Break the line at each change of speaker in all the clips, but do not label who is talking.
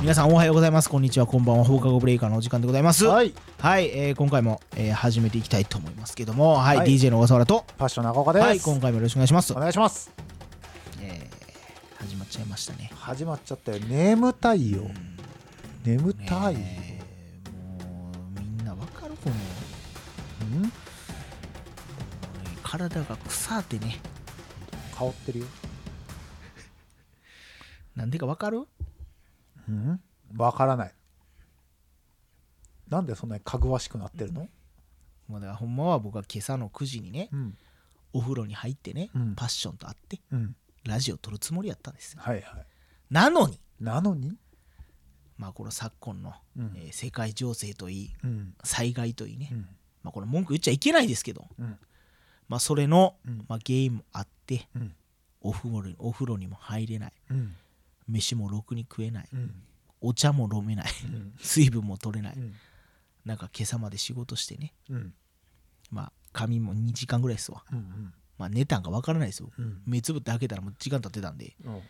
皆さんおはようございますこんにちはこんばんは放課後ブレイカーのお時間でございますはい、
はい、
えー今回も、えー始めていきたいと思いますけどもはい、
はい
DJ の小笠原と
パッション中岡です。
はい今回もよろしくお願いします
お願いします。
えー始まっちゃいましたね
始まっちゃったよ。眠たいよ。眠たい。
ねえもうみんなわかるこの
うん？
体が腐ってね
香ってるよ。
なんでかわかる
うん？わからない。なんでそんなにかぐわしくなってるの？
もうだからほんまは僕は今朝の9時にね
うん。
お風呂に入ってね、
うん
パッションと会って
うん。
ラジオ撮るつもりやったんですよ
はいはい。
なのに
なのに？
まあこの昨今の、
うん
えー世界情勢といい
うん。
災害といいね、
うん。
まあ、これ文句言っちゃいけないですけど、
うん。
まあ、それの、
うん
まあ、原因もあって
うん。
お風呂にお風呂にも入れない
うん。
飯もろくに食えない
うん。
お茶も飲めない
うん。
水分も取れない、
うん。
なんか今朝まで仕事してね
うん。
まあ髪も2時間ぐらいですわ
うん。
まあ寝たんかわからないですよ、
うん
目つぶって開けたらもう時間経ってたんで
うん。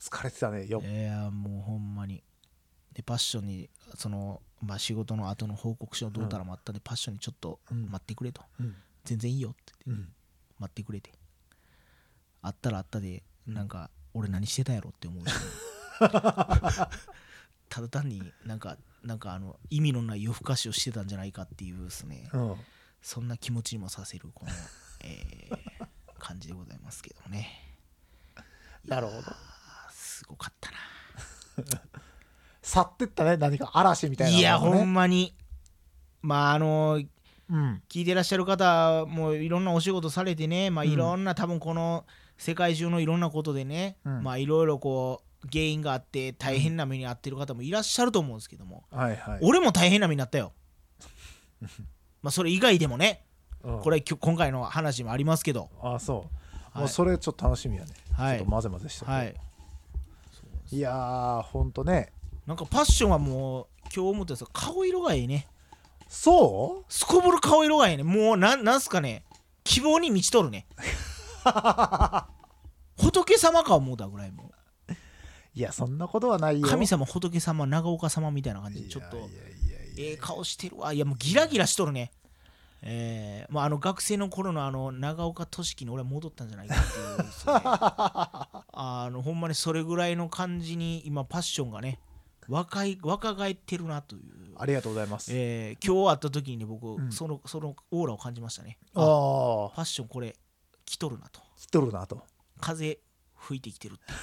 疲れてたね。よ
い。やーもうほんまにでパッションにその、まあ、仕事の後の報告書のどうたらもあったんで、パッションにちょっと
うん
待ってくれと、
うん。
全然いいよって言って
うん。
待ってくれてあったらあったでなんか俺何してたんやろって 思うしただ単になんかなんかあの意味のない夜更かしをしてたんじゃないかっていうですね
うん。
そんな気持ちにもさせるこの、えー感じでございますけどもね
なるほど。
あーすごかったな
去ってったね。何か嵐みたいな、ね。
いやほんまにまああの
うん。
聞いてらっしゃる方もいろんなお仕事されてね、まあ、いろんな、多分この世界中のいろんなことでね、
うん
まあいろいろこう原因があって大変な目に遭ってる方もいらっしゃると思うんですけども、
はいはい。
俺も大変な目になった よまあそれ以外でもね
うん
これ今日今回の話もありますけど
あそう、
はい
もうそれちょっと楽しみやね、
はい
ちょっと混ぜ混ぜして、
はい
い、やーほんとね
なんかパッションはもう今日思ったんですが顔色がいいね
そ
すこぶる顔色がいいねもうなんなんすかね希望に満ちと るね仏様か思うたぐらいもう
ういやそんなことはないよ
神様仏様長岡様みたいな感じで
いや
ちょっと
いやいやいや
ええ顔してるわいやもうギラギラしとるねえー、まああの学生の頃のあの長岡俊樹に俺は戻ったんじゃないかっていうです ねあのほんまにそれぐらいの感じに今パッションがね若い若返ってるなという、
ありがとうございます、
えー、今日会った時にね僕、
ん
そのそのオーラを感じましたね
あ
あ
あ
パッションこれ来とるなと
来とるなと
風吹いてきてるってい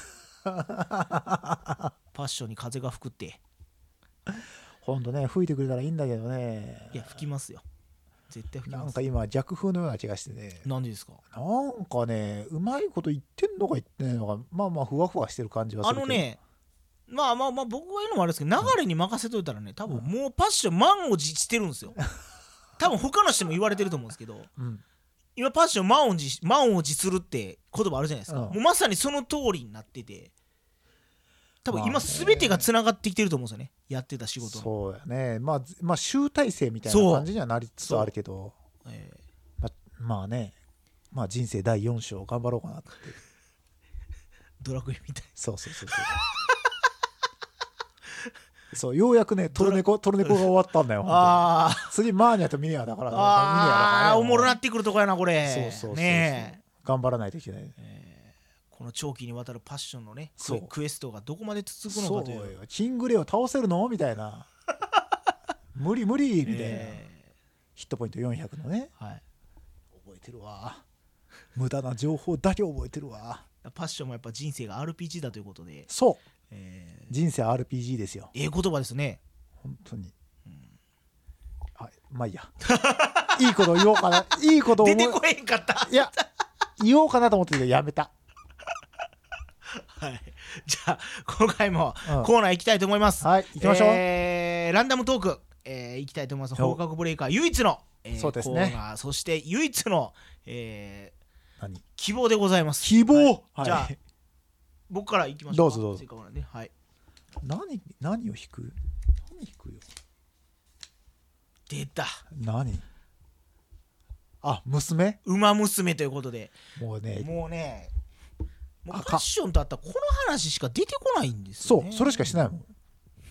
う パッションに風が吹くって
ほんとね吹いてくれたらいいんだけどね
いや吹きますよ絶対吹き
な
ま
ん
す
か今逆風のような気がしてね
なんでですか
なんかねうまいこと言ってんのか言ってないのかまあまあふわふわしてる感じはす
あ
るけど
のねまあまあまあ僕が言うのもあれですけど流れに任せといたらね多分もうパッション満を持してるん ですよ多分他の人も言われてると思うんですけど
うん
今パッション満を持し満を持するって言葉あるじゃないですか
うん
もうまさにその通りになってて多分
ま
今
あね
全てがつながってきてると思うんですよねやってた仕事の、
そうやねまあ、ずまあ集大成みたい
そう
な感じにはなりつつあるけど
えー
ままあね、まあ人生第4章頑張ろうかなって。
ドラクエみたい
そうそうそうそう。そう、ようやくね、トルネコ、トルネコが終わったんだよ。本当に
あ
次、マーニャとミネアだから。ミネアだから
あー
ね
おもろなってくるとこやなこれ
そうそうそうそう
ねえ
頑張らないといけない。
この長期にわたるパッションのね
そ
ク
う
クエストがどこまで続くの
そ
かという
うよ。キングレイを倒せるのみた いな。無理無理みたいな。
え
ヒットポイント400のね。
ーはい、
覚えてるわ。無駄な情報だけ覚えてるわ。
パッションもやっぱ人生が RPG だということで、
そう。
え
人生 RPG ですよ。
ー、ええ言葉ですね
本当に、はいまあいいや いいこと言おうかないいこと思
出
い
てこへんか った
いや言おうかなと思ってたけどやめた
はい じゃあ今回も
うん
コーナー行きたいと思います、
はい行きましょう
えーランダムトーク、えー、行きたいと思います
お
放課後ブレイカー唯一の、えー
そうですね
コーナーそして唯一の、えー、
何
希望でございます
希望、はい
じ ゃあ僕から行きましょうか
どうぞどうぞ
せっかくなんではい
何何を弾く何弾くよ
出た
何あ娘
「ウマ娘」ということで
もうね
もうねもう
あか
ファッションとあったらこの話しか出てこないんですよ、
そ
ね、
うそれしかしてないもん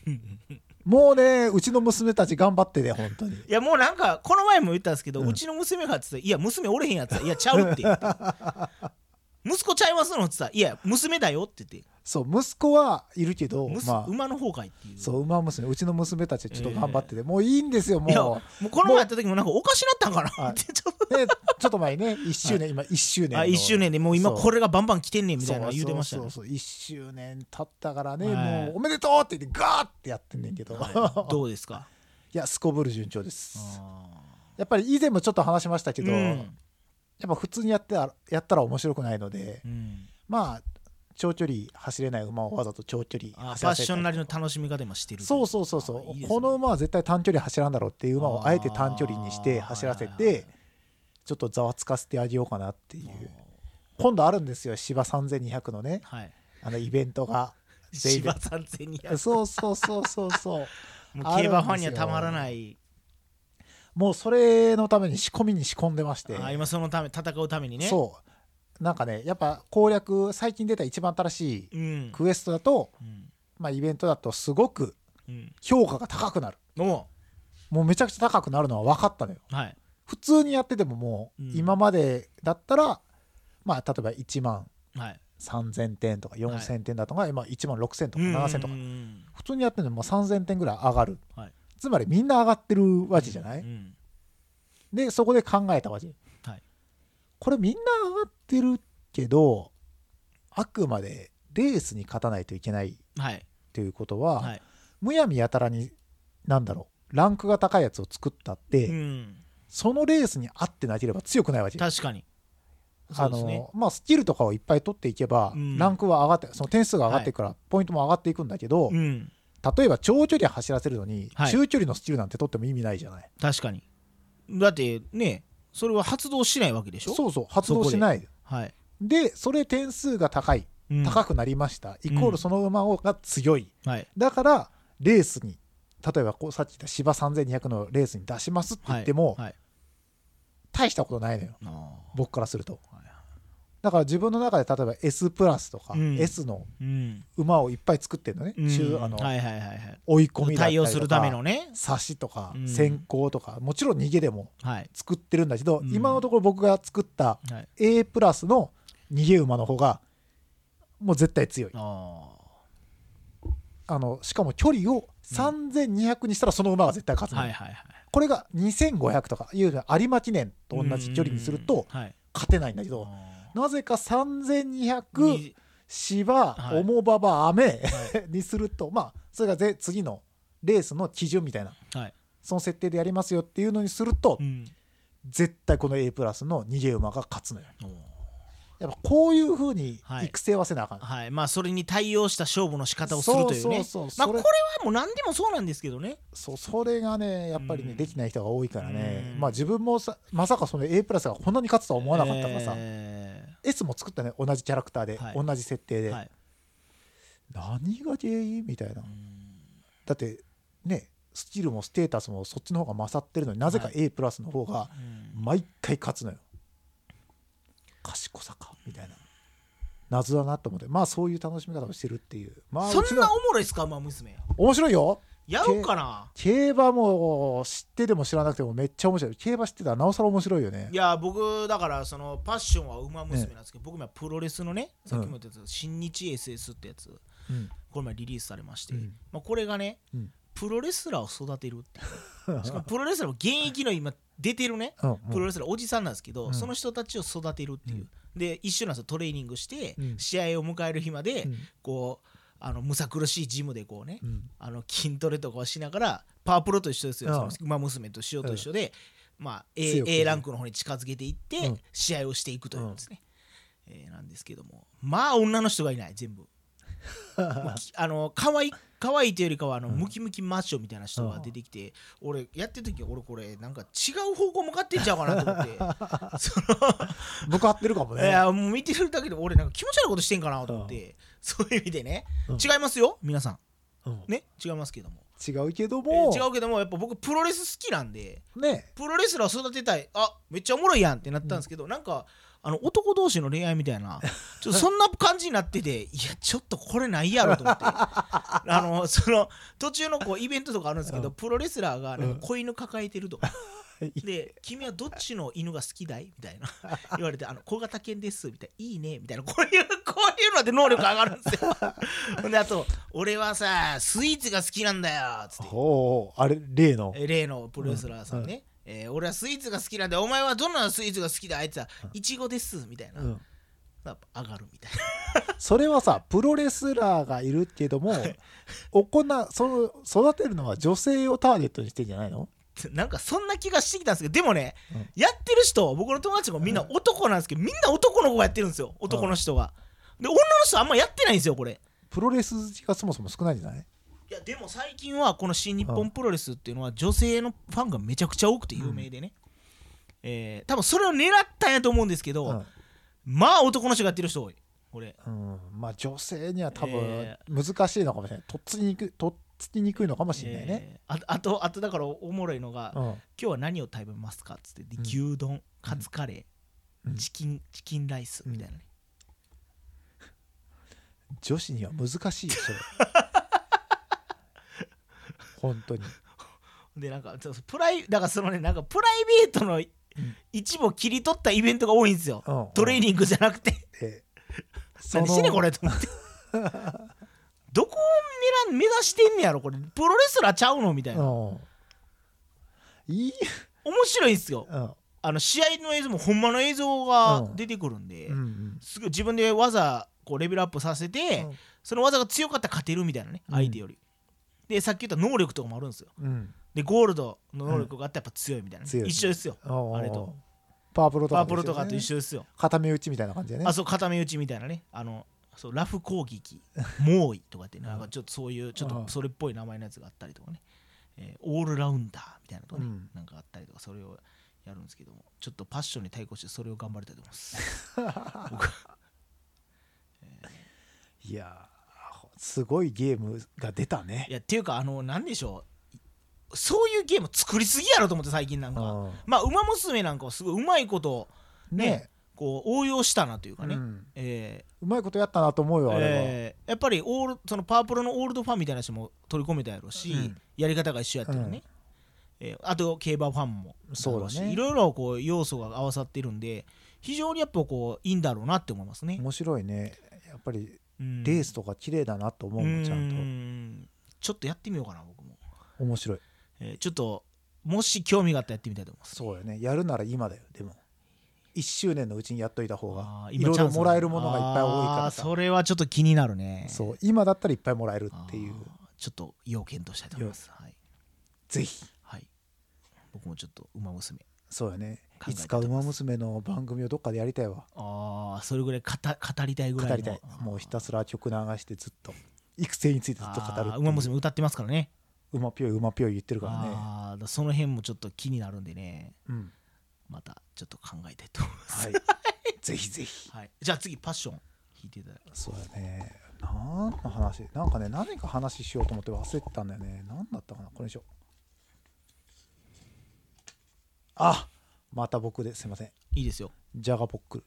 うん
もうねうちの娘たち頑張ってね本当に
いやもうなんかこの前も言ったんですけど、
う
うんちの娘がっつったら「いや娘おれへんやついやちゃう」って言って息子ちゃいますの?」っつったら「いや娘だよ」って言って
そう息子はいるけ
「
ど
むす
まあ
馬の方かい」っていう
そう馬娘うちの娘たちちょっと頑張ってて、もういいんですよ
いや
も
もうこの前やった時もなんかおかしなったんかな
は
っ
い
てちょっ
う、ね、ちょっと前にね1周年、今1周
と
年
あ
の
1周年でもう今
そう
これがバンバン来てんねんみたいなの言うてましたね
そうそうそう1周年経ったからね、
はい
もうおめでとうって言ってガーってやってんねんけど、
はいどうですか
いやすこぶる順調です
あー
やっぱり以前もちょっと話しましたけど、
う
や
ん
っぱ普通にやってたやったら面白くないので
うん
まあ長距離走れない馬をわざと長距離
あー
走
ファッ
らせ
ションなりの楽しみ方もしてる
そうそうそう
あーい
そ
いうですね
この馬は絶対短距離走らんだろうっていう馬をあえて短距離にして走らせ
あーはいはい
てちょっとざわつかせてあげようかなっていう今度あるんですよ芝3200のね
はい
あのイベントが全イベ
芝
ン
さん千に
トそうそうそうそう そう
もう競馬ファンにはたまらない
もうそれのために仕込みに仕込んでまして
あー今そのため戦うためにね
そうなんかねやっぱ攻略最近出た一番新しい
うん
クエストだと、
うん
まあ、イベントだとすごく
うん
評価が高くなる
お
もうめちゃくちゃ高くなるのは分かったのよ
うはい
普通にやっててももう
うん
今までだったら、まあ例えば1万
はい
3000点とか4000点だとか、今1万6000とか
うん
7000とか、
うん
普通にやってるのもう3000点ぐらい上がる、
はい
つまりみんな上がってるわけじゃない、
うん
でそこで考えたわけ、
はい
これみんな上がってるけどあくまでレースに勝たないといけない
はい
ということは、
はい
むやみやたらになんだろうランクが高いやつを作ったって、
うん
そのレースに合ってなければ強くないわけ
確かにそ
あ
うですね
のまあ、スキルとかをいっぱい取っていけば、
うん
ランクは上がってその点数が上がっていくから、ポイントも上がっていくんだけど、
うん
例えば長距離走らせるのに、
はい
中距離のスキルなんて取っても意味ないじゃない
確かにだってねそれは発動しないわけでしょ
そうそう発動しない
はい
でそれ点数が高い
うん
高くなりました、イコールその馬をが強い
はい
だからレースに例えばこうさっき言った芝3200のレースに出しますって言っても、
はいはい
大したことないのよ
あー
僕からすると
はいは
だから自分の中で例えば S プラスとか、
うん
S の
いうん
馬をいっぱい作ってるのね、
うん
中あの、
はいはいはいはい
追い込みだった
対
りと
応
か
するためのね
差しとか、
うん
先行とかもちろん逃げでも
はい
作ってるんだけど、
うん
今のところ僕が作った
はい
A プラスの逃げ馬の方がもう絶対強い
あ
あのしかも距離を3200にしたらその馬が絶対勝つ
あ
の、
はいはいはい
これが2500とかいうのは有馬記念と同じ距離にすると
うんはい
勝てないんだけど、なぜか3200
に
芝
はい
重馬場雨
は
にするとまあそれがぜ次のレースの基準みたいな
はい
その設定でやりますよっていうのにすると、
うん
絶対この A プラスの逃げ馬が勝つのよ
おー
やっぱこういうふうに
はい
育成はせなあかん、
はいまあそれに対応した勝負の仕方をするというね
そうそうそ
まあ
うそ
こ
れ
れはもう何でもそうなんですけどね
そうそれがねやっぱりね、
うん
できない人が多いからね、
うん
まあ自分もさまさかその A プラスがこんなに勝つとは思わなかったからさ、
え
S も作ったね同じキャラクターで、
はい
同じ設定
ー
で、
はい
何が原因みたいな、だってねスキルもステータスもそっちの方が勝ってるのになぜか
は
A プラスの方が
うん
毎回勝つのよ、賢さかみたいな謎だなと思ってまあそういう楽しみ方をしてるっていうまあ
そ
うんち
な
の
おもろいっすか馬娘
面白いよ
やろうかな
競馬も知ってても知らなくてもめっちゃ面白い競馬知ってたらなおさら面白いよね
いや僕だからそのパッションは馬娘なんですけど、僕もプロレスのねさっきも言ったやつ、新日 SS ってやつ
うん
この前リリースされまして、
うん
まあ、これがね、
うん
プロレスラーを育てるって いうしかもプロレスラーも現役の今出てるね
うん
プロレスラーおじさんなんですけど、
うん
その人たちを育てるっていう、で一緒なんですよトレーニングして、
うん
試合を迎える日まで、
うん
こうあのむさ苦しいジムでこうね、
うん
あの筋トレとかをしながらパワープロと一緒ですよ、
うん
その馬娘と塩と一緒で、まあ A,
強くね
A ランクの方に近づけていって、
うん
試合をしていくというですね、えーなんですけどもまあ女の人がいない全部 もうきあの可愛い可愛いというよりかはあの、ムキムキマッショみたいな人が出てきて、俺やってる時は俺これなんか違う方向向かってんちゃうかなと思 ってそ
向かってるかも
の
ね
いやもう見てるだけで俺なんか気持ち悪いことしてんかなと思って、そういう意味でね、
うん
違いますよ皆さん
うん
ね違いますけども
違うけど
え
も、
違うけどもやっぱ僕プロレス好きなんで
ね
プロレスラー育てたいあめっちゃおもろいやんってなったんですけど、なんかあの男同士の恋愛みたいなちょっとそんな感じになってていやちょっとこれないやろと思ってあのその途中のこうイベントとかあるんですけど、
うん
プロレスラーがなん
うん
か子犬抱えてると、で「君はどっちの犬が好きだい?」みたいな言われて「あの小型犬です」みたいな「いいね」みたいなこういうこういうので能力上がるんですよ。ほんであと「俺はさスイーツが好きなんだよ」つって
ほうあれ例の
え例のプロレスラーさんね、えー俺はスイーツが好きなんでお前はどんなスイーツが好きだあいつは
うん
いちごですみたいな、
うん
やっぱ上がるみたい
それはさプロレスラーがいるけども行なその育てるのは女性をターゲットにしてんじゃないの
ななんかそんな気がしてきたんですけどでもね、
うん
やってる人僕の友達もみんな男なんですけど、みんな男の子がやってるんですよ男の人が、で女の人はあんまやってないんですよこれ
プロレスがそもそも少ないんじゃない
いやでも最近はこの新日本プロレスっていうのは女性のファンがめちゃくちゃ多くて有名でね、えー多分それを狙ったんやと思うんですけど、
うん
まあ男の人がやってる人多いこれ
うん、まあ女性には多分
え
難しいのかもしれない、とっつきにくいとっつきにくいのかもしれないね、
えーああとあとだからおもろいのが、今
うん
日は何を食べますかっつってで
うん
牛丼カツカレー、
うん
チキンチキンライスみたいなね、
女子には難しいよ それ本当に
でなんかちょっとプライだからそのねなんかプライベートの一部を切り取ったイベントが多いんですよ、
うん
トレーニングじゃなくて、
でそ
何し
の
てんねんこれと思って どこを狙目指してんねやろこれプロレスラーちゃうのみたいな、
うんいい、
面白いんすよ
うん
あの試合の映像もほんまの映像が出てくるんで、
うんうん
すごい自分で技こうレベルアップさせて、
うん
その技が強かったら勝てるみたいなね、
うん
相手より。で、さっき言った能力とかもあるんですよ。
うん
で、ゴールドの能力があったらやっぱ強いみたいなね、
強い
一緒ですよ。
うん
あれと
パープロと
パ
か
ープルとかと一緒
緒
ですよ。
片目打ちみたいな感じでね
あ、そう、固め打ちみたいなね。あの、そうラフ攻 撃、猛威とかってね、なんかちょっとそういう、ちょっ
うん
とそれっぽい名前のやつがあったりとかね。えーオールラウンダーみたいなとかね、
うん
なんかあったりとか、それをやるんですけども、ちょっとパッションに対抗してそれを頑張りたいと思います。
いやーすごいゲームが出たね
いや、っていうか、あの、なんでしょう。そういうゲーム作りすぎやろと思って最近なんか、
うん
まあ「ウマ娘」なんかはすごいうまいことね
ね
こう応用したなというかね、
うん
え
うまいことやったなと思
ー
うよあれは、
えーやっぱりオールそのパープルのオールドファンみたいな人も取り込めたやろし、
うん
やり方が一緒やったらね、えーあと競馬ファンも
そうだね
ろしいろいろこう要素が合わさってるんで非常にやっぱこういいんだろうなって思いますね、
面白いねやっぱり
うん
レースとか綺麗だなと思うもんちゃ
うんんちょっとやってみようかな僕も、
と面白い
えーちょっともし興味があったらやってみたいと思います
そうよねやるなら今だよでも1周年のうちにやっといた方
あ
が
ー
い
今
ろい
チャ
ろ
ンスあ
もらえるものがいっぱい多いか
あー
らさ
それはちょっと気になるね
そう今だったらいっぱいもらえるっていう
あーちょっと要検討したいと思いますはい、
ぜひ
はい、僕もちょっと「ウマ娘
そうよね
考えて
いつか「
と
ウ
思い
マ
ます
娘」の番組をどっかでやりたいわ」
ああそれぐらい語語りたいぐらいの
語りたいもうひたすら曲流してずっと育成についてずっと語る
あーウマ娘歌ってますからね
馬ぴょいうまぴょい言ってるからね
あーだその辺もちょっと気になるんでね
うん
またちょっと考えたいと思います、
はいぜひぜひ
はい、じゃあ次パッション弾いていただき
そうだね。何の話なんかね、何か話しようと思って忘れてたんだよね。何だったかなこれにしよう。あまた僕ですいません。
いいですよ
ジャガポックル。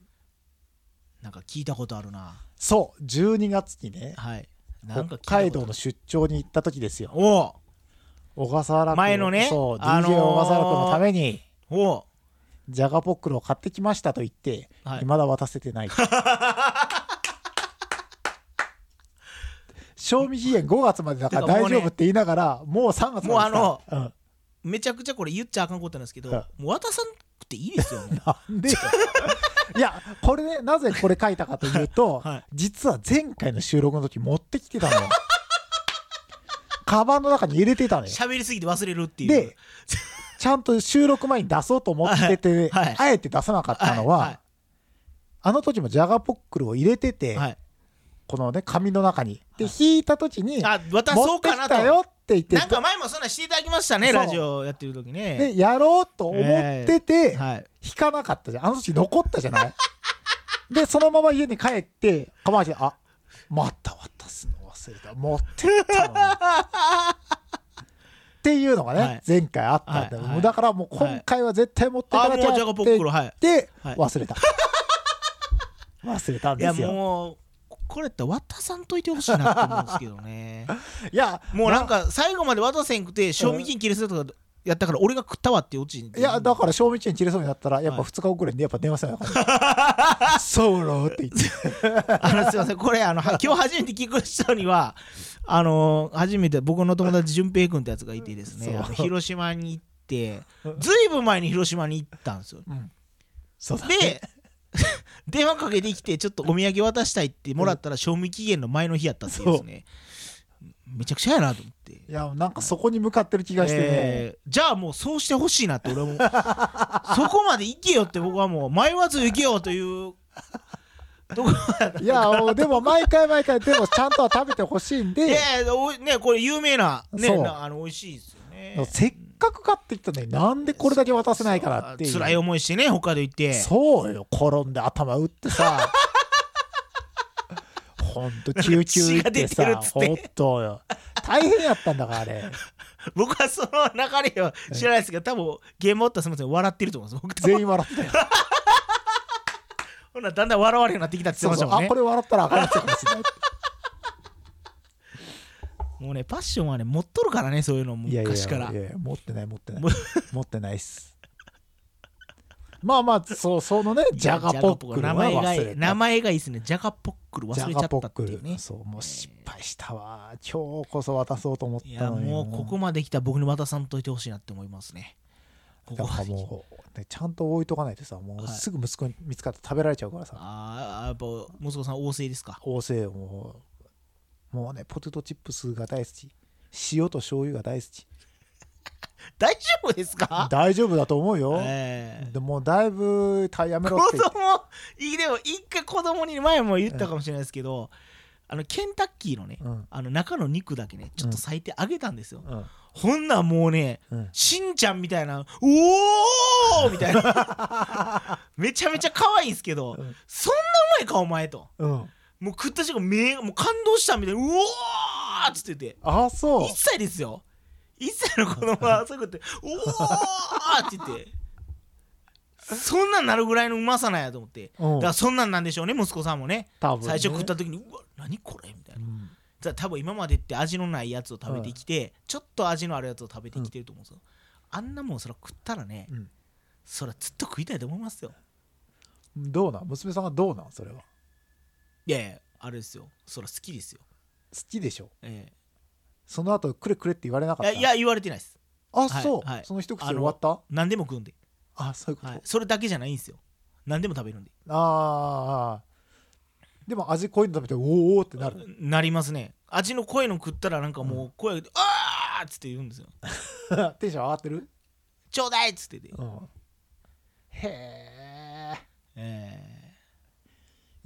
なんか聞いたことあるな
そう、12月にね、
はいなんか
北
聞いたことある
海道の出張に行った時ですよ。
おお
小笠原君
前のね
そう、
あのー
DJ 小笠原君のために、
おお
ジャガポックルを買ってきましたと言って、
はい
未だ渡せ てない。賞味期限5月までだから
てか
大
もうね
丈夫って言いながら、もう3月まで
もう
あの、
めちゃくちゃこれ言っちゃあかんことなんですけど、
は
もう渡さなくていいですよ もう
なんでよいや、これね、なぜこれ書いたかというと、
はい
実は前回の収録の時持ってきてたの よ。カバンの中に入れてたのよ。
喋りすぎて忘れるっていう
で、ちゃんと収録前に出そうと思ってて、
はいはい
あえて出さなかったのは、
はい
あの時もジャガポックルを入れてて、
はいはい
このね、紙の中に。で、
はい
引いた時に、
あ渡
持
そ
っ
う
て
か
き
な
た
と
よって言って、
なんか前もそんなんしていただきましたね
そう
ラジオやってる時ね
で、やろうと思ってて、
はい
引かなかったじゃん。あの時残ったじゃない で、そのまま家に帰って、かまわし て、あ、また渡すの忘れた。持ってったのに。っていうのがね、
はい
前回あったんだよ、
はいはい
だからもう今回は絶対持って
あ
か
も
な
う
きゃっ
じ
て
ゃがポ
言
ッ
っ
ク
て
ルはい
で、
はい
忘れ た忘れたん
い
で
や
すよ
もうこれって渡さんといてほしいなって思うんですけど ね
いや
もうなんか最後まで渡せんくて賞味期限切れそうとかやったから俺が食ったわっていうオチ
いやだからら賞味期限切れそうになったらやっぱ
はい
2日遅れにやっぱ電話せなあか ったソロって言って
あのすいませんこれあのは今日初めて聞く人にはあの初めて僕の友達淳平君ってやつがいてですね
そう
あの広島に行ってずいぶん前に広島に行ったんですよ
そうだ
で電話かけてきてちょっとお土産渡したいってもらったら賞味期限の前の日やったっていうですねめちゃくちゃやなと思って
いやなんかそこに向かってる気がしてね、
えーじゃあもうそうしてほしいなって俺も そこまで行けよって僕はもう迷わず行けよというとこだった
いやもうでも毎回毎回でもちゃんとは食べてほしいんで、
い やいやおいねこれ有名なね
そう
なあの美味しいですよね
せっかく買ってきたのになんでこれだけ渡せないかなっていう
辛い思いしてね他で行って
そうよ転んで頭打って さほんと救急行って
血が出てる
さ
っつって
ほんとよ大変やったんだからあ れ
僕はその流れは知らないですけど多分ゲームおったらすみません笑ってると思うんです僕多分
全員笑ってたよ
ほんならだんだん笑われるようになってきたって言
そ
っ
う
てまし
そう
たもん
あ
ね
これ笑ったらあかんやつかもしれない
もうねパッションはね持っとるからねそういうのも
いやいや
昔から
いやいや持ってない持ってない
も
持ってないっすまあまあそうそのねジャガポックル
名
は
前が
忘
い
れ
い
た
名前がいいですねジャガポックル
ジ
忘れち
ャ
ゃ
ガポ
った
ッ
って
ク
いうね
ルそうもう失敗したわ今日こそ渡そうと思っ
い
た
や
のに
もうここまで来た僕に渡さんといてほしいなって思いますね。こ
だ
こ
か
ま
ら
で来
もう、ね、ちゃんと置いとかないとさもう
はい
すぐ息子に見つかって食べられちゃうからさ、
ああやっぱ息子さん旺盛ですか。
旺盛よもうもうねポテトチップスが大好き塩と醤油が大好き
大丈夫ですか？
大丈夫だと思うよ、
ええ
でもうだいぶたやめろっ
子
て言って
供 いいでも一回子供に前も言ったかもしれないですけど、あのケンタッキーのね、
うん
あの中の肉だけねちょっと裂いてあげたんですよ。
うん
ほんなんもうね
うん
しんちゃんみたいな「おお!」みたいな めちゃめちゃ可愛いんですけど、
うん
そんなうまいかお前と。
うん
もう食った瞬間目がもう感動したみたいなうおーっつってて
ああそう
1歳ですよ1歳の子供は そういうこと言ってうおーって言ってそんなんなるぐらいのうまさなんやと思って
うん
だからそんなんなんでしょうね息子さんもね
多分ね
最初食った時にうわ何これみたいうなんだから多分今までって味のないやつを食べてきてちょっと味のあるやつを食べてきてると思うんですよあんなもんそら食ったらね
うん
そらずっと食いたいと思いますよ
どうなん娘さんはどうなんそれはい
やいやあれですよそら好きですよ
好きでしょ
え
その後くれくれって言われなか
えい
った
やいや言われてないです
あ
はい
そう、
はい
その一口で終わった
何でも食うんで
あそういうこと、
はい、それだけじゃないんですよ何でも食べるんで
ああでも味濃いの食べておーおーってなる
なりますね味の濃いの食ったらなんかもう声が出て「あーっつって言うんですよ
テンション上がってる、
「ちょうだい!」っつってて、
うん、へえ
え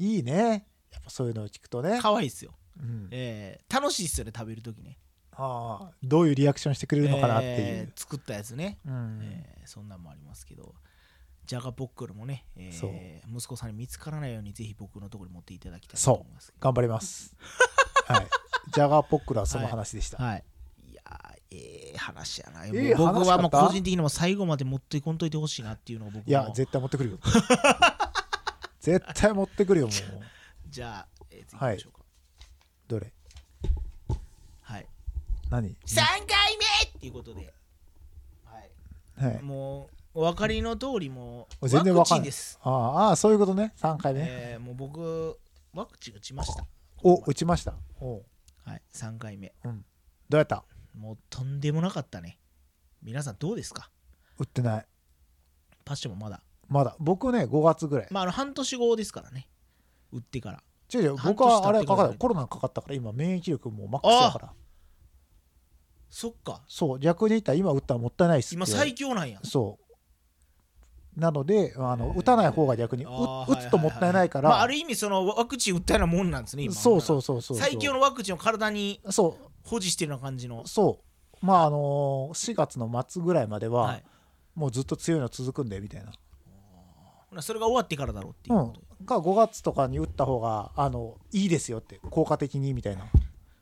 いいねやっぱそういうのを聞くと
ー、
ね、
かわいいっすよ、
うん、
えー、楽しいっすよね食べる時ね
ああどういうリアクションしてくれるのかなっていう、
えー作ったやつね、
うん
えーそんなんもありますけどジャガポックルもね、えー
そう
息子さんに見つからないようにぜひ僕のところに持っていただきたいと
そ
思いますけ
う
ど
頑張り ます、はい、ジャガーポックルはその話でした、
はいいやーええ話やな、
ええ
僕
話
は
だ
も
っ
う
た
個人的にも最後まで持ってこんといてほしいなっていうのを僕
いや
も
絶対持ってくるよ 絶対持ってくるよもう
じゃあ、えー、次行きましょうか。
どれ
はい。
何
三回目っていうことで、はい。
はい
もうお分かりの通りもう
全然わ
ワク
か
チン
んない
です。
ああああそういうことね3回目、
えー、もう僕ワクチン打ちました。
お打ちましたおう
はい。三回目。
うんどうやった
もうとんでもなかったね。皆さんどうですか？
打ってない
パッションもまだ。
まだ僕ね5月ぐらい
まああの半年後ですからね。打ってから。
違う違う
半年
僕はあ
経
れ
って
か
から
かったコロナかかったから今免疫力もうマックスだから
そっか。
そう逆に言ったら今打ったらもったいないっす
今
って
最強なんや。
そうなのであ
へ
の
ー
打たない方が逆にう
あー
打つともったいないから、
はははまあ、ある意味そのワクチン打ったようなもんなんですね今
そうそうそうそう
最強のワクチンを体に
そ
保持してるような感じの
うそうまああのー、4月の末ぐらいまでは、
はい
もうずっと強いの続くんでみたいな
ほなそれが終わってからだろうっていう
う
こと、
ん、が5月とかに打った方があのいいですよって効果的にみたいな、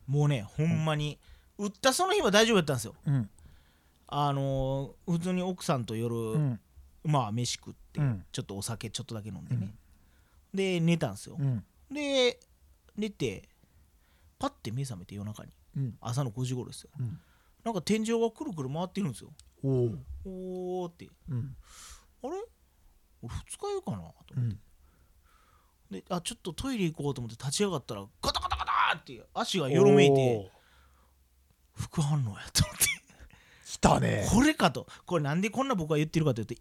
もうねほんまに、打ったその日は大丈夫だったんですよ
うん、
あのー普通に奥さんと夜、
うん
まあ飯食って、
うん
ちょっとお酒ちょっとだけ飲んでね、で寝たんですよ
う、ん
で寝てパッて目覚めて夜中に
うん
朝の5時頃ですよ
うん
なんか天井がくるくる回ってるんですよ
おお
おーって
うん
あれ俺二日酔いかなと思って
うん
であちょっとトイレ行こうと思って立ち上がったらガタガタガタって足がよろめいて副反応やと思っ
来た
て
ね
これかとこれなんでこんな僕が言ってるかというとい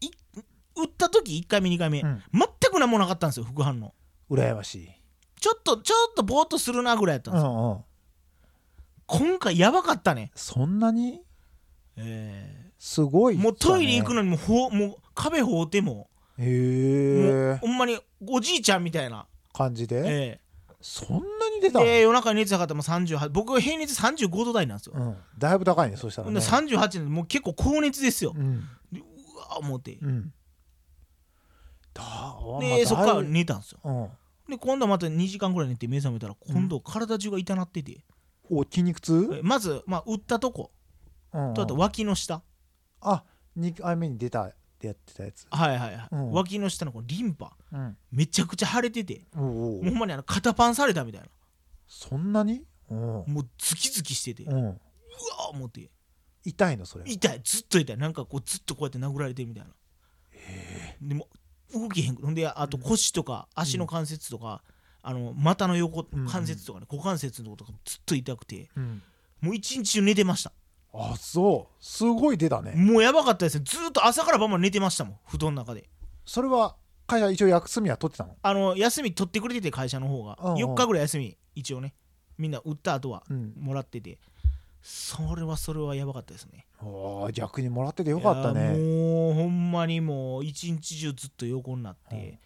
打った時1回目2回目、
うん
全く何もなかったんですよ副反応
羨ましい
ちょっとちょっとぼーっとするなぐらいやったん
う
ですよ、
んうん
今回やばかったね、
そんなに
え
すごい
ー
来たね
もうトイレ行くのにもうほもう壁放ってももう
へえ
ほんまにおじいちゃんみたいな、
感じで
え
そんなに出
ー
たの
で夜中に熱測っても38僕平熱35度台なんですよ、
うんだいぶ高いねそうしたら
ほんで
ね
38でもう結構高熱ですよ、
うん
でうわー思って、
うんだまあだい
で
ぶ
そっから寝たんですよ
うん
で今度はまた2時間ぐらい寝て目覚めたら今度体中が痛なってて、
お筋肉痛うん
えまず、まあ、打ったとこ
うん
とあと脇の下、
あ二2回目に出たってやってたやつ
はいはいはい、
うん
脇の下のこのリンパ
うん
めちゃくちゃ腫れてて
おうおう
もうほんまにあの肩パンされたみたいな
そんなにうん
もうズキズキしてて、うわ
うん
ー思って
痛いのそれ
痛いずっと痛いなんかこうずっとこうやって殴られてるみたいなでも動けへんほんであと腰とか足の関節とか、あの股の横関節とかね、股関節のとことかずっと痛くて
うん
もう一日中寝てました
あそうすごい出たね
もうやばかったですねずーっと朝から晩まで寝てましたもん布団の中で
それは会社一応休みは取ってたの
あの休み取ってくれてて会社の方が
うんうん
4日ぐらい休み一応ねみんな売った後は
うん
もらっててそれはそれはやばかったですね
ああ逆にもらっててよかった
いや
ね
もうほんまにもう一日中ずっと横になって、
うん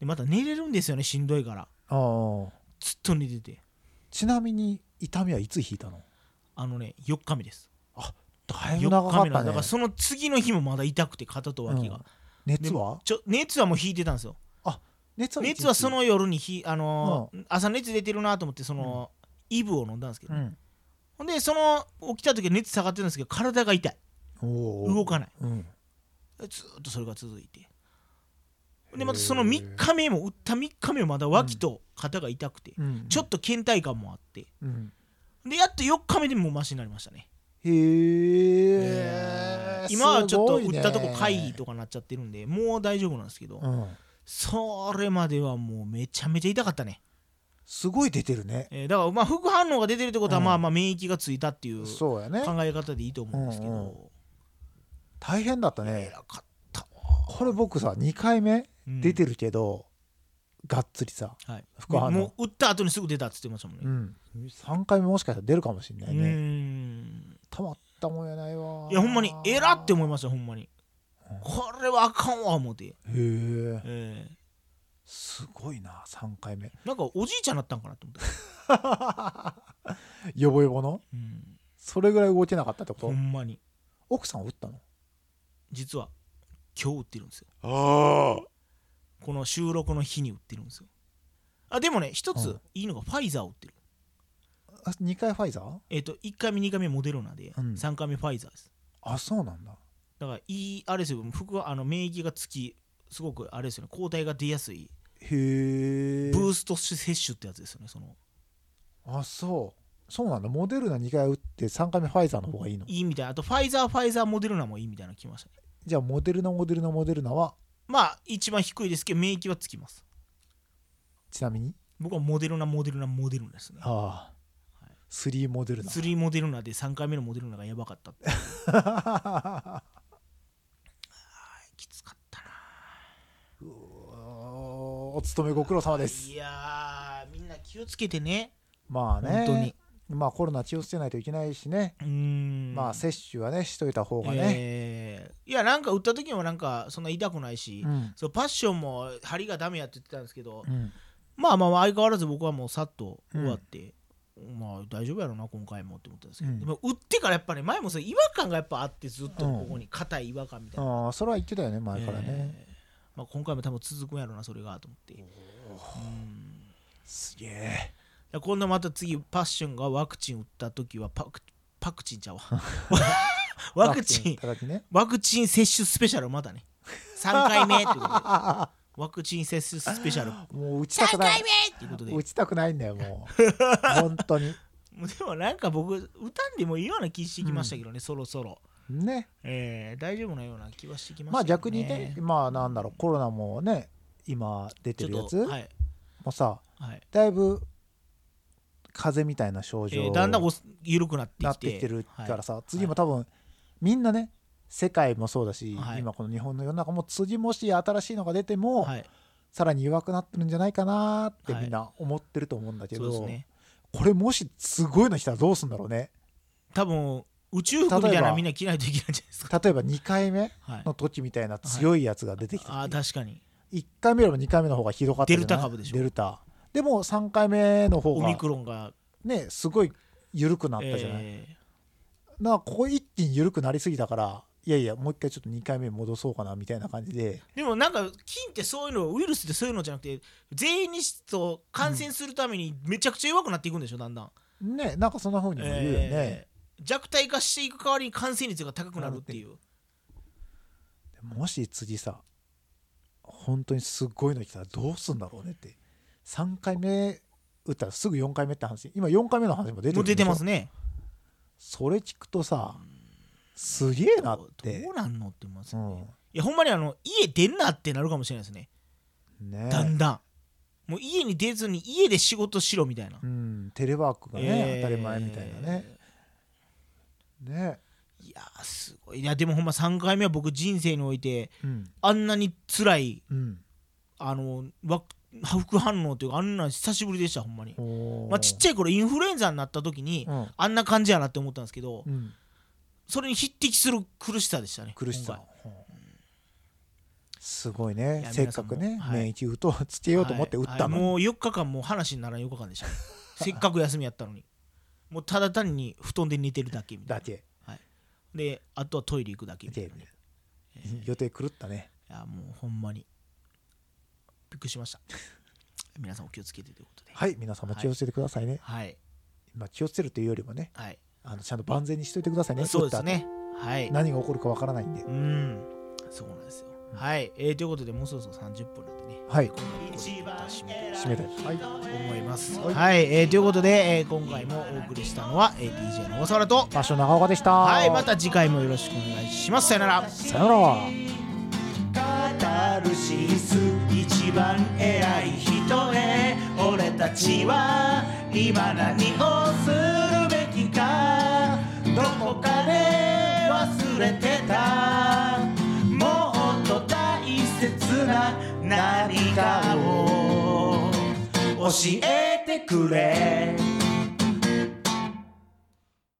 でまた寝れるんですよねしんどいから
ああ
ずっと寝てて
ちなみに痛みはいつ引いたの
あのね4日目です
だいぶ長か
四日
っ
目な
た
んだだから
ね
その次の日もまだ痛くて肩と脇が、
うん熱は
ちょ熱はもう引いてたんですよ
熱は一日
熱はその夜にひ、あのー朝熱出てるなと思ってその、イブを飲んだんですけど、
うん
ほんでその起きた時は熱下がってるんですけど体が痛い
お
動
い
かない
うん
ずーっとそれが続いてでまたその3日目も打った3日目もまだ脇と肩が痛くて、
うん
ちょっと倦怠感もあって
うん
でやっと4日目でもうマシになりましたね、
へえ
今はちょっと打ったとこ回避とかなっちゃってるんでもう大丈夫なんですけど、
うん
それまではもうめちゃめちゃ痛かったね、
すごい出てるね
えーだからまあ副反応が出てるってことは
うん
まあまあ免疫がついたっていう考
そうやね
え方でいいと思うんですけど、
うん大変だったね
偉かったわ
これ僕さ2回目
うん
出てるけど、がっつりさ、
はい、
副反応
もう打った後にすぐ出たっつってましたもんね
うん、3回目もしかしたら出るかもしれな
う
いね、
ん
たまったもんやないわ
いやほんまにえらって思い
ま
ましたほんまにこれはあかんわ思って、
すへえ
え
すごいな3回目
ーなんかおじいちゃんなったんかなと思った、
よぼよぼの
うん
それぐらい動いてなかったってこと、
ほんまに
奥さん打ったの
実は今日売ってるんですよ
あ
この収録の日に売ってるんですよあでもね一
う
つ
ん
いいのがファイザーを売ってる
あ2回ファイザー
えっ、と1回目2回目モデルナで、
うん
3回目ファイザーです
あそうなんだ
だからいいあれですよ服はあの免疫がつきすごくあれですよね抗体が出やすい
へえ
ブースト接種ってやつですよねその
あそうそうなんだモデルナ2回打って3回目ファイザーの方がいいの
いいみたいなあとファイザーファイザーモデルナもいいみたいなの来ましたね
じゃあモデルナモデルナモデルナは
まあ一番低いですけど免疫はつきます
ちなみに
僕はモデルナモデルナモデルナですね
ああ3モデルナ
3モデルナで3回目のモデルナがやばかったってきつかったな
おお勤めご苦労様です
いやーみんな気をつけてね
まあね
本当に
まあコロナ気をつけないといけないしね、
うーん
まあ接種はねしといた方がね、
えーいやなんか打った時もなんかそんな痛くないし、
うん
そうパッションも針がダメやって言ってたんですけど、
うん
まあまあまあ相変わらず僕はもうさっと終わって、まあ大丈夫やろな今回もって思ったんですけど、
うん
でも打ってからやっぱり、ね、前もそう違和感がやっぱあってずっとここに硬い違和感みたいな、
ああそれは言ってたよね前からね、
えーまあ、今回も多分続くんやろうなそれがと思って
すげえ
いや今 度また次パッションがワクチン打った時はパクパクチンちゃうわワクチン
たたきね
ワクチン接種スペシャルまだね3回目ということで
あ
ワクチン接種スペシャル
あもう打ちた
3
くな
回
い
目ということで
打ちたくないんだよも う本当に
もうでもなんか僕歌んでもいいような気してきましたけどね、そろそろ、
ね
えー大丈夫なような気はしてきまし
ま
た
あ
けど、ね、
逆にねまあなんだろうコロナもね今出て
ち
るや
ょっ
つ
と
も
はい、
さ
はい
だいぶ風邪みたいな症
え
状
ーだんだんお緩くなってきて
なってきてるからさ、
はい
次も多分、みんなね世界もそうだし、
はい
今この日本の世の中も次もし新しいのが出ても、
はい、
さらに弱くなってるんじゃないかなーって
はい
みんな思ってると思うんだけ
そ
ど、
うですね
これもしすごいの来たらどうすんだろうね
多分宇宙服みたい
例え
な
ば
みんな着ないといけないんじゃないですか、
例えば2回目
はい、
の時みたいな強いやつが出てきた時、
ああ確かに
1回目よりも2回目の方がひどかったじゃない
デルタ株でしょ
デルタでも3回目の方
オミ
が
クロンが
ねすごい緩くなったじゃない、
え
なここ一気に緩くなりすぎたからいやいやもう一回ちょっと2回目戻そうかなみたいな感じで
ーでもなんか菌ってそういうのウイルスってそういうのじゃなくて全員にと感染するためにめちゃくちゃ弱くなっていくんでしょだんだん、
ねなんかそんな風にも言うよね
え、ー弱体化していく代わりに感染率が高くなるっていう
もし次さ本当にすごいの来たらどうすんだろうねって3回目打ったらすぐ4回目って話今4回目の話も出
も
てる
うん
でし
出て
ょ
ますね
それ聞くとさすげえなっ
ど
て
うなんのって思います
う
よね、いやほんまにあの家出んなってなるかもしれないですね、
んね
だんだんもう家に出ずに家で仕事しろみたいな、
うんテレワークがね、
えー
当たり前みたいなねね、
いやーすごいいやでもほんま3回目は僕人生において
うん
あんなに辛い
うん、
あのわ副反応というかあんな久しぶりでしたほんまに、
おー
まあ、ちっちゃい頃インフルエンザになった時に、
うん
あんな感じやなって思ったんですけど、
うん、
それに匹敵する苦しさでしたね
苦しさ
今
すごい
い
ね
や
せっかく
皆
ね
さんもはい
免疫打とうつけ
回
ようと思って打っ
は
た
いは
の
い
に
もう4日間もう話にならん4日間で したねせっかく休みやったのにもうただ単に布団で寝てるだけみたい
だ
な
け
であとはトイレ行くだけみたいな
だ
ね
予定狂ったね
いやもうほんまにびっくりしました 皆さんお気をつけてということで
はい皆様気をつけてくださいね、
はい
まあ、気をつけるというよりもね
はい、
あのちゃんと万全にしといてくださいね
そうですねは
打っ
い
た後何が起こるかわからないんで
うんそうなんですよ、
うん
はい、えー、ということでもうそろそろ30分なんでね
はい
今回これで締め
締めたいはい
たいと思いますは、
はいい
えー、ということで、えー、今回もお送りしたのは、えー、DJ の小沢と
場所長岡でした
はいまた次回もよろしくお願いしますさよなら
さよなら
カタルシス一番偉い人へ俺たちは今何をするべきかどこかで忘れてたもっと大切な何かを教えてくれ